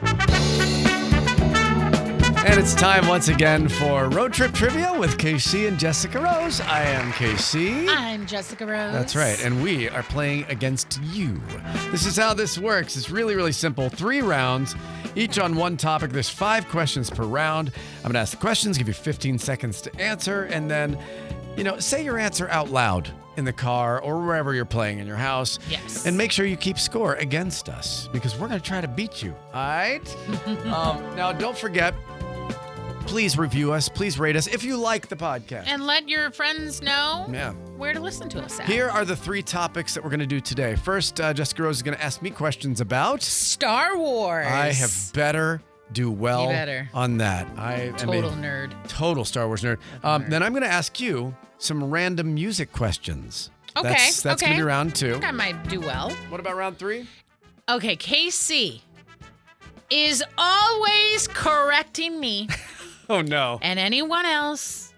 And it's time once again for Road Trip Trivia with KC and Jessica Rose. I am KC. I'm Jessica Rose. That's right. And we are playing against you. This is how this works. It's really, really simple. Three rounds, each on one topic. There's five questions per round. I'm going to ask the questions, give you 15 seconds to answer, and then, you know, say your answer out loud in the car or wherever you're playing in your house. Yes. And make sure you keep score against us because we're going to try to beat you. All right? um, now, don't forget. Please review us. Please rate us if you like the podcast. And let your friends know Yeah. where to listen to us at. Here are the three topics that we're going to do today. First, uh, Jessica Rose is going to ask me questions about. Star Wars. I have better do well You better. on that. I am total a nerd. total Star Wars nerd. Um, then I'm going to ask you some random music questions. Okay. That's, that's okay. going to be round two. I think I might do well. What about round three? Okay, KC is always correcting me Oh, no. and anyone else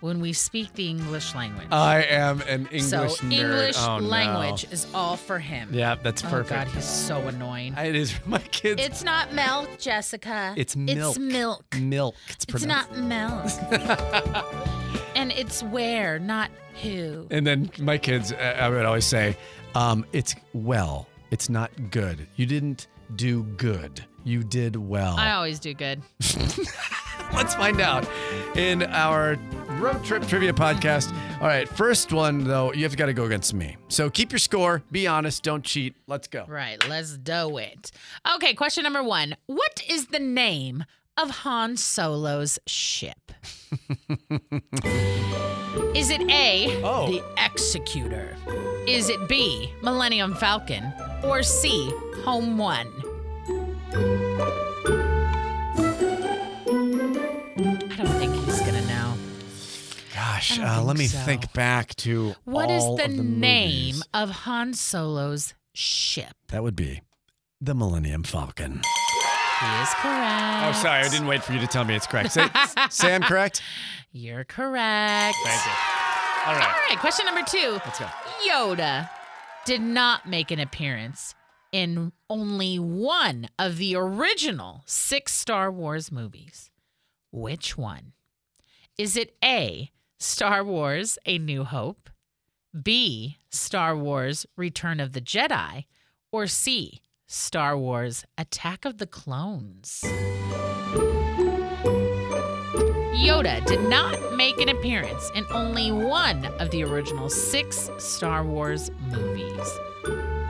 when we speak the English language. I am an Uh, English so nerd. English Oh, no. language is all for him. Yeah, that's Oh perfect. God, he's so annoying. It is for my kids. it's not milk, Jessica. It's milk. It's milk. milk. It's, It's pronounced. not milk. and it's where, not who. And then my kids, uh, I would always say, um, it's well. It's not good. You didn't do good. You did well. I always do good. Let's find out in our road trip trivia podcast. All right, first one though, you have got to go against me. So keep your score. Be honest. Don't cheat. Let's go. Right, let's do it. Okay, question number one. What is the name of Han Solo's ship? is it A, Oh. the Executor? Is it B, Millennium Falcon? Or C, Home One? I don't think he's going to know. Gosh, I don't uh, let think me so. think back to What is all the, of the name movies. of Han Solo's ship? That would be the Millennium Falcon. He is correct. Oh, sorry, I didn't wait for you to tell me it's correct. Say, say I'm correct. You're correct. Thank you. All All right, right, question number two. let's go. Yoda did not make an appearance in only one of the original six Star Wars movies. Which one? Is it A, Star Wars A New Hope, B, Star Wars Return of the Jedi, or C, Star Wars Attack of the Clones? Yoda did not make an appearance in only one of the original six Star Wars movies.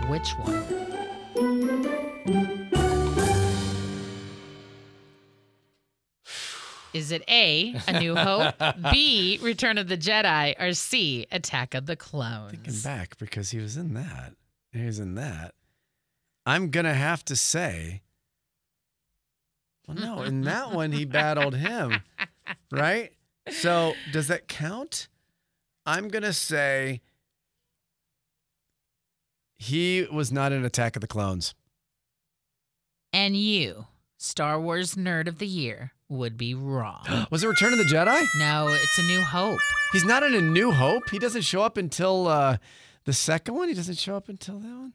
Which one? Is it A, A New Hope, B, Return of the Jedi, or C, Attack of the thinking Clones? back because he was in that. He was in that. I'm gonna have to say. Well, no, in that one he battled him, right? So does that count? I'm gonna say he was not in Attack of the Clones. And you, Star Wars Nerd of the Year, would be wrong. Was it Return of the Jedi? no, it's A New Hope. He's not in A New Hope. He doesn't show up until uh, the second one. He doesn't show up until that one.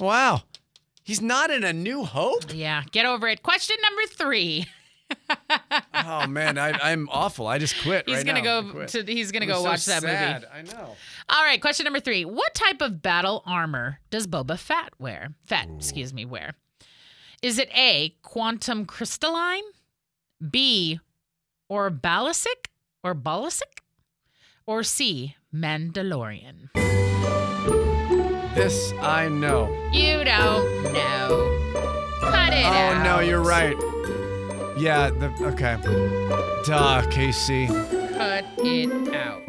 Wow, he's not in A New Hope. Yeah, get over it. Question number three. oh man, I, I'm awful. I just quit. He's right gonna now. I go quit. to. He's gonna It was go so watch that sad. movie. I know. All right. Question number three. What type of battle armor does Boba Fett wear? Fett, excuse me, wear. Is it A. Quantum crystalline, B. Or ballisic, or ballisic, or C. Mandalorian. This I know. You don't know. Cut it oh out. no, you're right. Yeah. The, okay. Duh, Casey. Cut it out.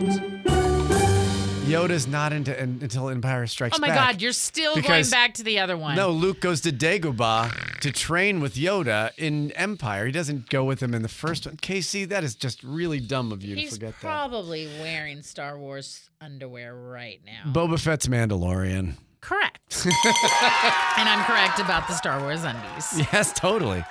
Yoda's not into in, until Empire Strikes Oh my Back. God, you're still Because- going back to the other one. No, Luke goes to Dagobah to train with Yoda in Empire. He doesn't go with him in the first one. Casey, that is just really dumb of you to he's forget probably wearing Star Wars underwear right now. that. Boba Fett's Mandalorian. correct. and I'm correct about the Star Wars undies. Yes, totally.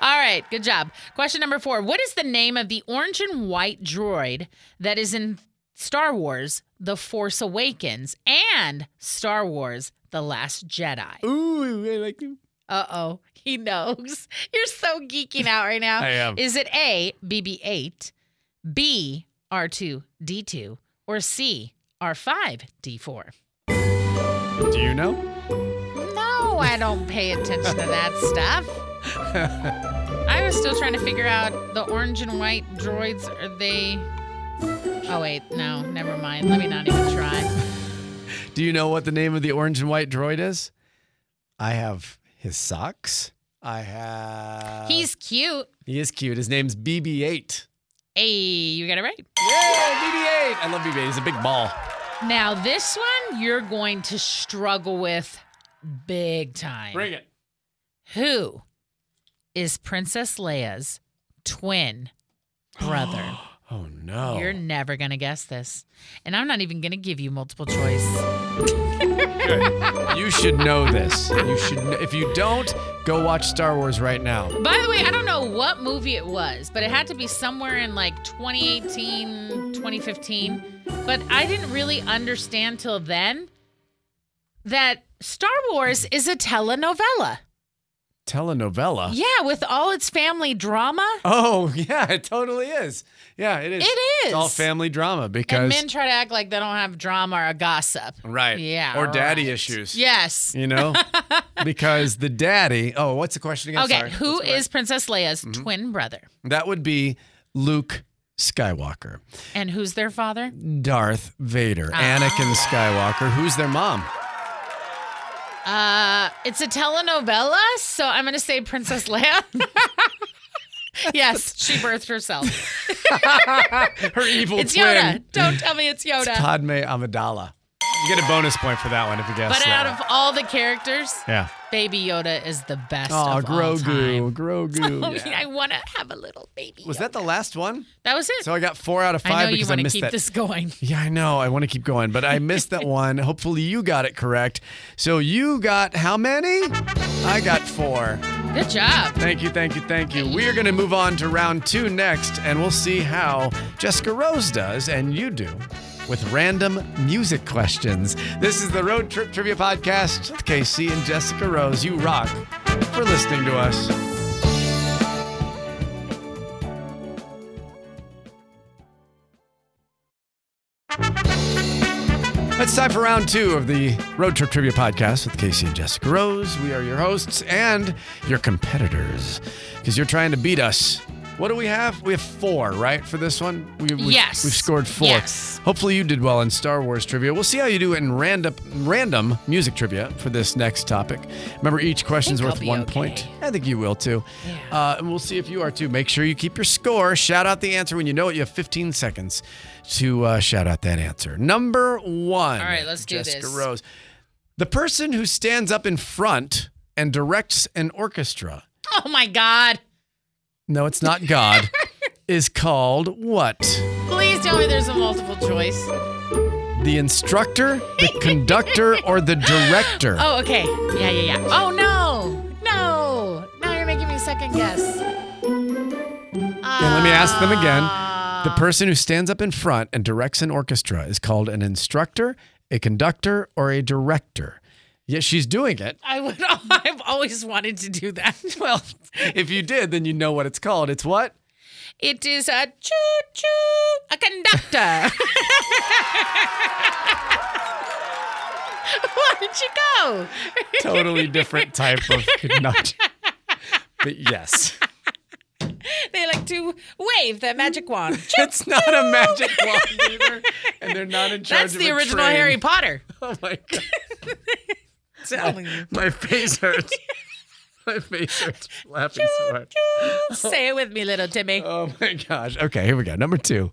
All right, good job. Question number four What is the name of the orange and white droid that is in Star Wars The Force Awakens and Star Wars The Last Jedi? Ooh, I like him. Uh oh, he knows. You're so geeking out right now. I am. Is it A, BB 8, B, R2, D2, or C, R5, D4? Do you know? No, I don't pay attention to that stuff. I was still trying to figure out the orange and white droids. Are they. Oh, wait, no, never mind. Let me not even try. Do you know what the name of the orange and white droid is? I have his socks. I have. He's cute. he is cute. His name's BB-8. Hey, you got it right. Yeah, BB-8. I love BB-8. He's a big ball. Now, this one you're going to struggle with big time. it. Who is Princess Leia's twin brother? Oh no. You're never going to guess this. And I'm not even going to give you multiple choice. You should know this. You should. Kn- if you don't, go watch Star Wars right now. By the way, I don't know what movie it was, but it had to be somewhere in like 2018, 2015. But I didn't really understand till then that Star Wars is a telenovela. Telenovela. Yeah, with all its family drama. Oh yeah, it totally is. Yeah, it is. It It's all is. family drama And because men try to act like they don't have drama or gossip. right. Yeah. Or daddy right. issues. Yes. You know, because the daddy. Oh, what's the question again? Okay, Sorry. who Let's go back. is Princess Leia's Mm-hmm. twin brother? That would be Luke Skywalker, And who's their father? Darth Vader, Anakin Skywalker. Who's their mom? Uh, it's a telenovela, so I'm gonna say Princess Leia. yes, she birthed herself. Her evil It's twin. Yoda. Don't tell me it's Yoda. It's Padme Amidala. You get a bonus point for that one if you guess but that. out of all the characters, yeah. Baby Yoda is the best. Oh, of all Grogu, time. Grogu. Oh, I want to have a little baby. Was that the last one? That was it. So I got four out of five I know you because I want to missed keep that. this going. Yeah, I know. I want to keep going, but I missed that one. Hopefully, you got it correct. So you got how many? I got four. Good job. Thank you, thank you, thank you. We are going to move on to round two next, and we'll see how Jessica Rose does and you do with random music questions. This is the Road Trip Trivia Podcast with KC and Jessica Rose. You rock for listening to us. It's time for round two of the Road Trip Trivia Podcast with Casey and Jessica Rose. We are your hosts and your competitors because you're trying to beat us. What do we have? We have four, right, for this one? We, we, Yes. We've scored four. Yes. Hopefully, you did well in Star Wars trivia. We'll see how you do in random, random music trivia for this next topic. Remember, each question's think worth I'll be one okay. point. I think you will too. Yeah. Uh, and we'll see if you are too. Make sure you keep your score. Shout out the answer when you know it. You have 15 seconds to uh, shout out that answer. Number one. All right, let's do Jessica this. Rose. The person who stands up in front and directs an orchestra. Oh my God! No, it's not God. is called what? Please tell me there's a multiple choice. The instructor, the conductor, or the director? Oh, okay. Yeah, yeah, yeah. Oh no, no! Now you're making me second guess. And let me ask them again. The Ah. person who stands up in front and directs an orchestra is called an instructor, a conductor, or a director. Yet she's doing it. I would. I've always wanted to do that. Well, If you did, then you know what it's called. It's what? it is a choo choo, a conductor. Why did you go? Totally different type of conductor. But yes, They like to wave their magic wand. Choo. it's not a magic wand either, and they're not in charge That's of the a original train. Harry Potter. Oh my god, Telling you. my face hurts. My face hurts. from Laughing so hard. Say it with me, little Timmy. Oh my gosh. Okay, here we go. Number two.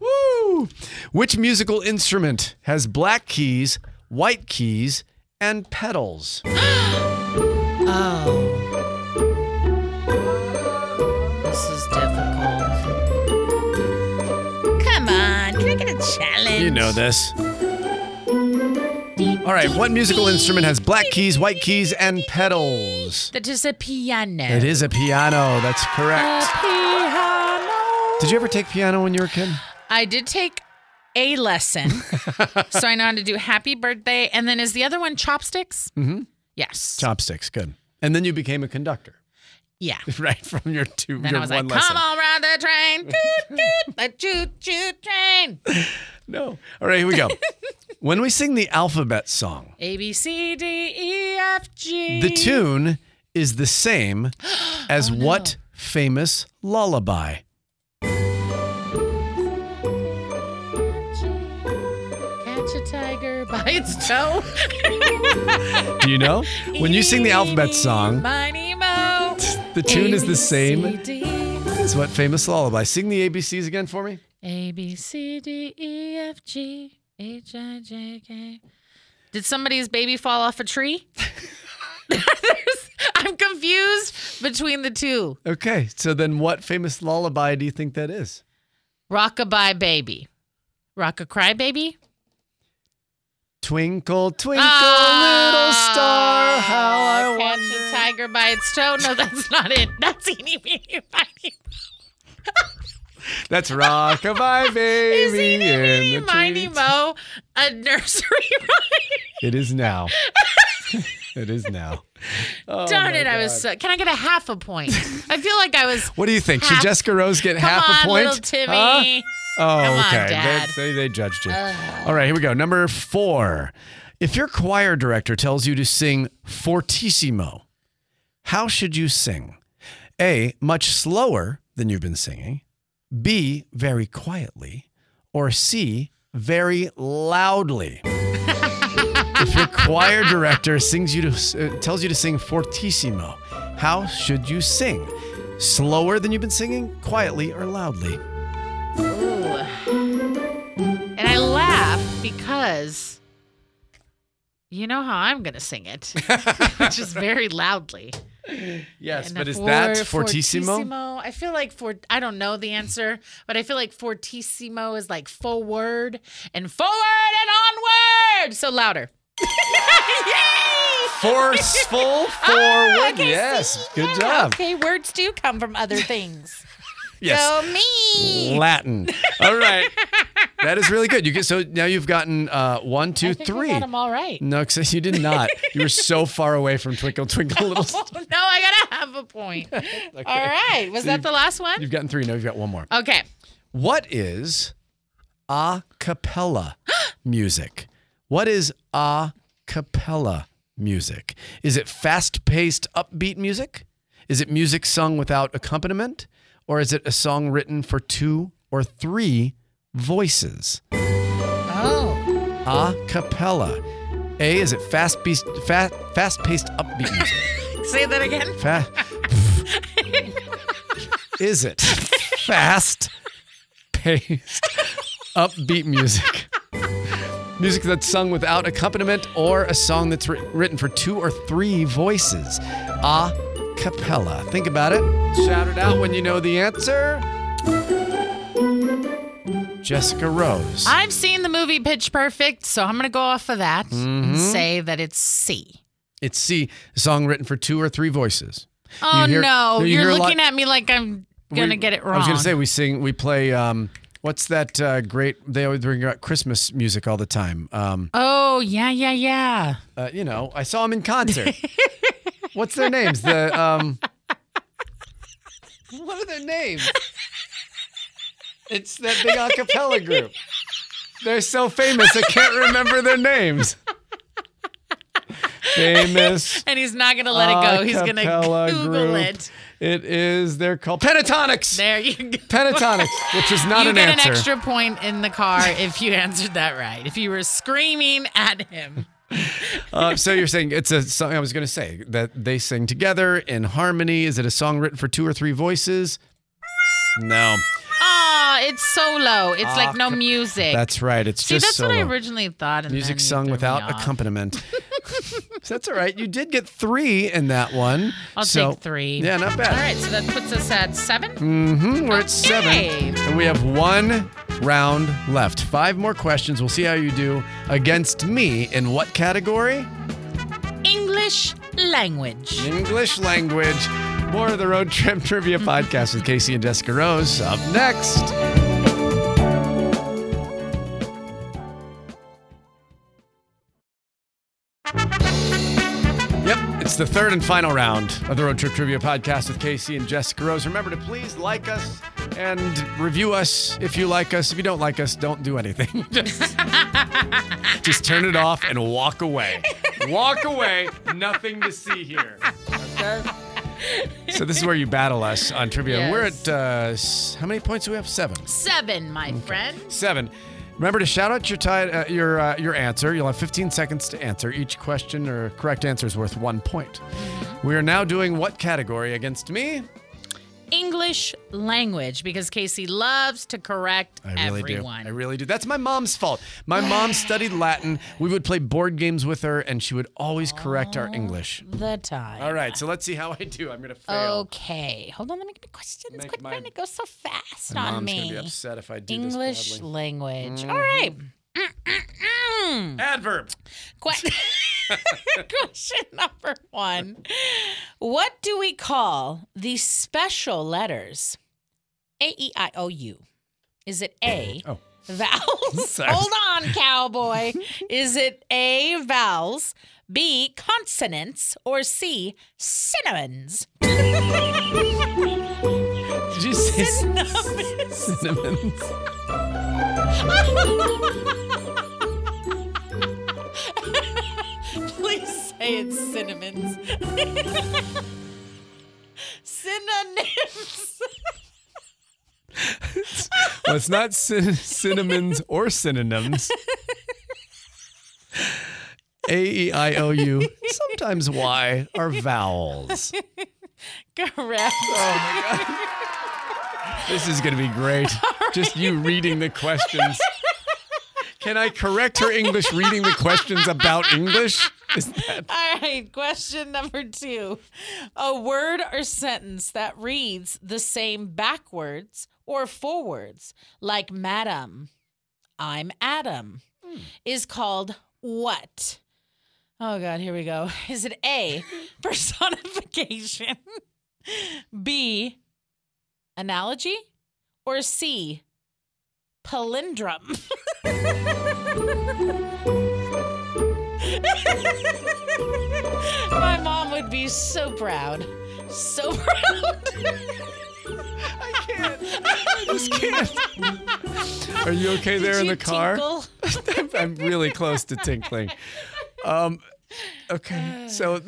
Woo! Woo! Which musical instrument has black keys, white keys, and pedals? Oh. This is difficult. Come on, can I get a challenge? You know this. All right, what musical instrument has black keys, white keys, and pedals? That is a piano. It is a piano. That's A correct. piano. Did you ever take piano when you were a kid? I did take a lesson, so I know how to do happy birthday. And then is the other one chopsticks? Mm-hmm. Yes. Chopsticks, good. And then you became a conductor, yeah. right? From your two, Then your I was like, one come lesson. on, ride the train. Toot, toot, the choo choo train. No. All right, here we go. when we sing the alphabet song, A, B, C, D, E, F, G. The tune is the same as Oh, what famous lullaby? Catch a tiger by its toe. Do you know? when you sing the alphabet song, Miney Mo. the tune is the same same. as what famous lullaby. Sing the ABCs again for me. A B C D E F G H I J K. Did somebody's baby fall off a tree? There's- I'm confused between the two. Okay, so then what famous lullaby do you think that is? Rockabye baby. Rock a cry baby? Twinkle, twinkle, little Ah, star, how I Catch wonder. a tiger by its toe. No, that's not it. That's eeny meeny miny. That's rockabye Is baby. eeny meeny in the miny tree. mo a nursery rhyme? It is now. it is now. Oh, Darn my it! I was. God. So, can I get a half a point? I feel like I was. What do you think? Should Half- Jessica Rose get Come half on, a point? little Timmy. Huh? Oh, Come on, okay. They- Dad. They, they judged you. All right, here we go. Number four. If your choir director tells you to sing fortissimo, how should you sing? A, much slower than you've been singing. B, very quietly. Or C, very loudly. if your choir director sings you to, uh, tells you to sing fortissimo, how should you sing? Slower than you've been singing, quietly, or loudly? Ooh. And I laugh because you know how I'm going to sing it, just very loudly. Yes, And but a is that for- fortissimo? fortissimo? I feel like for I don't know the answer, but I feel like fortissimo is like forward and forward and onward. So louder. Yay! Forceful forward. Ah, okay, yes, see, good yeah. job. Okay, words do come from other things. Yes, So me. Latin. All right, that is really good. You get so now you've gotten uh, one, two, I think I three. got 'em all right. No, except you did not. You were so far away from Twinkle Twinkle Little Star. no, I gotta have a point. All right. Was So that you've- the last one? You've gotten three. No, you've got one more. Okay. What is a cappella music? What is a cappella music? Is it fast paced, upbeat music? Is it music sung without accompaniment? Or is it a song written for two or three voices? Oh. A cappella. A, is it fast paced, fa- fast paced, upbeat music? Say that again. Fa- is it fast paced upbeat music? Music that's sung without accompaniment or a song that's writ- written for two or three voices. A cappella. Think about it. Shout it out when you know the answer. Jessica Rose. I've seen the movie Pitch Perfect, so I'm gonna go off of that and Mm-hmm. say that it's C. it's C, a song written for two or three voices. Oh hear- no, you hear you're a lot- looking at me like I'm gonna we- get it wrong. I was gonna say we sing, we play. Um, what's that uh, great? They always bring out Christmas music all the time. Um, Oh yeah, yeah, yeah. uh, you know, I saw them in concert. what's their names? The um, what are their names? It's that big a cappella group. They're so famous, I can't remember their names. Famous. And he's not gonna let it go. He's gonna acapella Google group. it. It is. They're called pentatonics. There you go. Pentatonics, which is not you an get answer. an extra point in the car if you answered that right. If you were screaming at him. Uh, so you're saying it's a song. I was going to say that they sing together in harmony. Is it a song written for two or three voices? No. Oh, Oh, it's solo. It's like no Ah, c- music. That's right. It's See, just that's what I solo. originally thought. And Music then you sung threw me without off. accompaniment. So that's all right. You did get three in that one. I'll so, take three. Yeah, not bad. All right, so that puts us at seven. Mm-hmm. We're at seven. Okay. And we have one round left. Five more questions. We'll see how you do against me in what category? English language. English language. More of the Road Trip Trivia Podcast with Casey and Jessica Rose up next. Yep, it's the third and final round of the Road Trip Trivia Podcast with Casey and Jessica Rose. Remember to please like us and review us if you like us. If you don't like us, don't do anything. just, just turn it off and walk away. Walk away. Nothing to see here. Okay? So this is where you battle us on trivia. And We're Yes. at uh, s- how many points do we have? Seven. Seven, my friend. Seven. Remember to shout out your tie, uh, your uh, your answer. You'll have 15 seconds to answer. Each question or correct answer is worth one point. Mm-hmm. We are now doing what category against me? English language because Casey loves to correct I really everyone. do. I really do. That's my mom's fault. My mom studied Latin. We would play board games with her, and she would always correct Oh. our English. the time. All right, so let's see how I do. I'm gonna fail. Okay. Hold on. Let me get my questions. Make Quit mine- trying to go so fast My on mom's me. gonna be upset if I do English this badly. Mm-hmm. language. All right. Mm-hmm. Mm-mm-mm. Adverb. Que- Question number one. What do we call the special letters? A E I O U. Is it A? Oh. Vowels. Sorry. Hold on, cowboy. Is it A, vowels, B, consonants, or C, cinnamons? Did you say Cinnamons. cinnamon? Please say it's cinnamons. Synonyms. Well, it's not cin- cinnamons or synonyms. A E I O U, sometimes Y, are vowels. Correct. This is going to be great. Just you reading the questions. Can I correct her English reading the questions about English? Is that All right, question number two. A word or sentence that reads the same backwards or forwards, like madam, I'm Adam, is called what? Oh, God, here we go. Is it A, personification, B, analogy, or C, palindrome? My mom would be so proud. So proud. I can't. I just can't. Are you okay there in the car? Tinkle? I'm, I'm really close to tinkling. Um, okay, so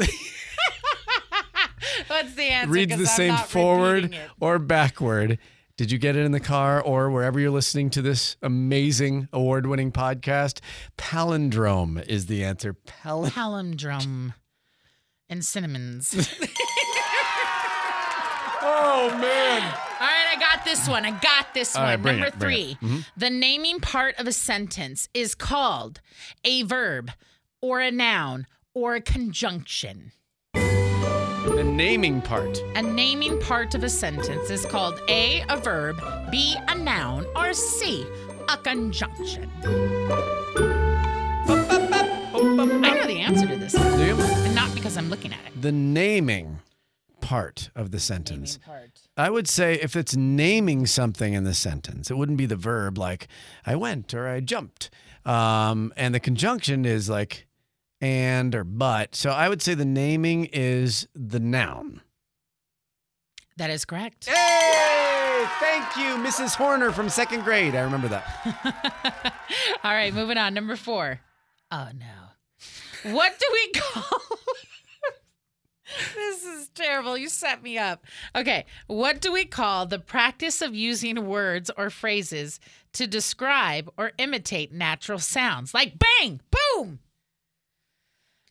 What's the answer? reads 'Cause the I'm same not forward repeating it. or backward. Did you get it in the car or wherever you're listening to this amazing award winning podcast? Palindrome is the answer. Palin- Palindrome and cinnamons. oh, man. All right, I got this one. I got this All one. right, bring Number it, bring three. it. Mm-hmm. The naming part of a sentence is called a verb or a noun or a conjunction. The naming part. A naming part of a sentence is called A, a verb, B, a noun, or C, a conjunction. I know the answer to this, Do you? and not because I'm looking at it. The naming part of the sentence. part. I would say if it's naming something in the sentence, it wouldn't be the verb like I went or I jumped. Um, and the conjunction is like and or but. So I would say the naming is the noun. That is correct. Hey! Thank you, Mrs. Horner from second grade. I remember that. All right, moving on. Number four. Oh no. What do we call? this is terrible. You set me up. Okay. What do we call the practice of using words or phrases to describe or imitate natural sounds like bang, boom?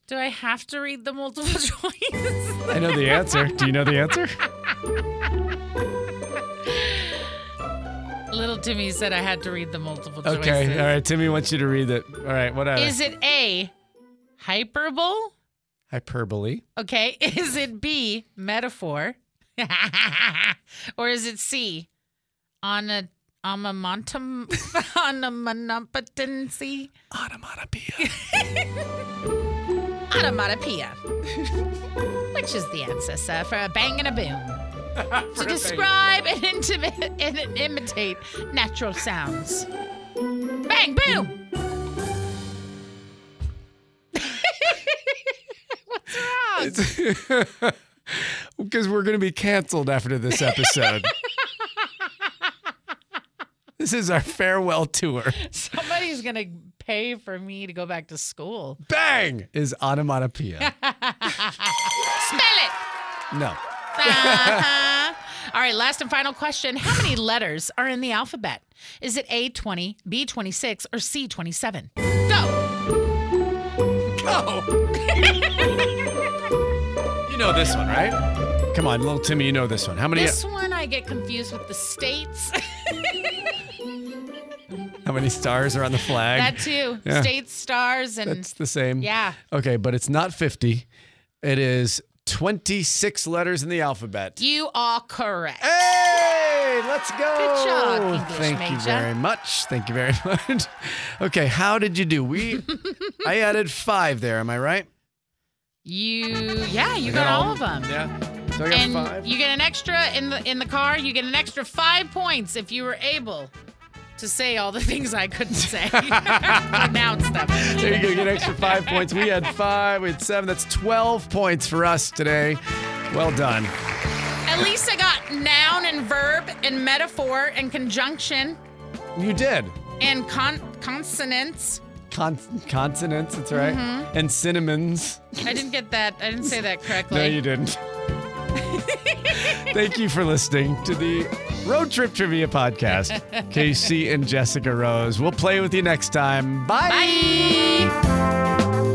Do I have to read the multiple choice? I know the answer. Do you know the answer? Little Timmy said I had to read the multiple choices. Okay. All right. Timmy wants you to read it. All right. Whatever. Is it A, hyperbole? Hyperbole. Okay. Is it B, metaphor? or is it C, on a on a montum on a monompetency? Onomatopoeia. Onomatopoeia. Which is the ancestor for a bang and a boom. to describe and, intimate, and imitate natural sounds. Bang, boom! What's wrong? Because we're going to be canceled after this episode. this is our farewell tour. Somebody's going to pay for me to go back to school. Bang is onomatopoeia. Spell it! no. Uh-huh. All right, last and final question. How many letters are in the alphabet? Is it A, 20, B, 26, or C, 27? Go! Go. you know this one, right? Come on, little Timmy, you know this one. How many This one I get confused with the states. how many stars are on the flag? that too. Yeah. States, stars, and That's the same. Yeah. Okay, but it's not 50. It is 26 letters in the alphabet. you are correct. Hey, let's go. Good job, English Thank you major. very much. Thank you very much. Okay, how did you do? We I added 5 there, am I right? You, yeah, you I got, all of them. Yeah. So I got And 5. you get an extra in the in the car. You get an extra five points if you were able to say all the things I couldn't say. Pronounce them. there you go. Get an extra 5 points. We had 5, we had 7. That's 12 points for us today. Well done. At least I got noun and verb and metaphor and conjunction You did. and con- consonants. Con- consonants, that's right. Mm-hmm. And cinnamons. I didn't get that. I didn't say that correctly. No, you didn't. Thank you for listening to the Road Trip Trivia Podcast. Casey and Jessica Rose. We'll play with you next time. Bye. Bye.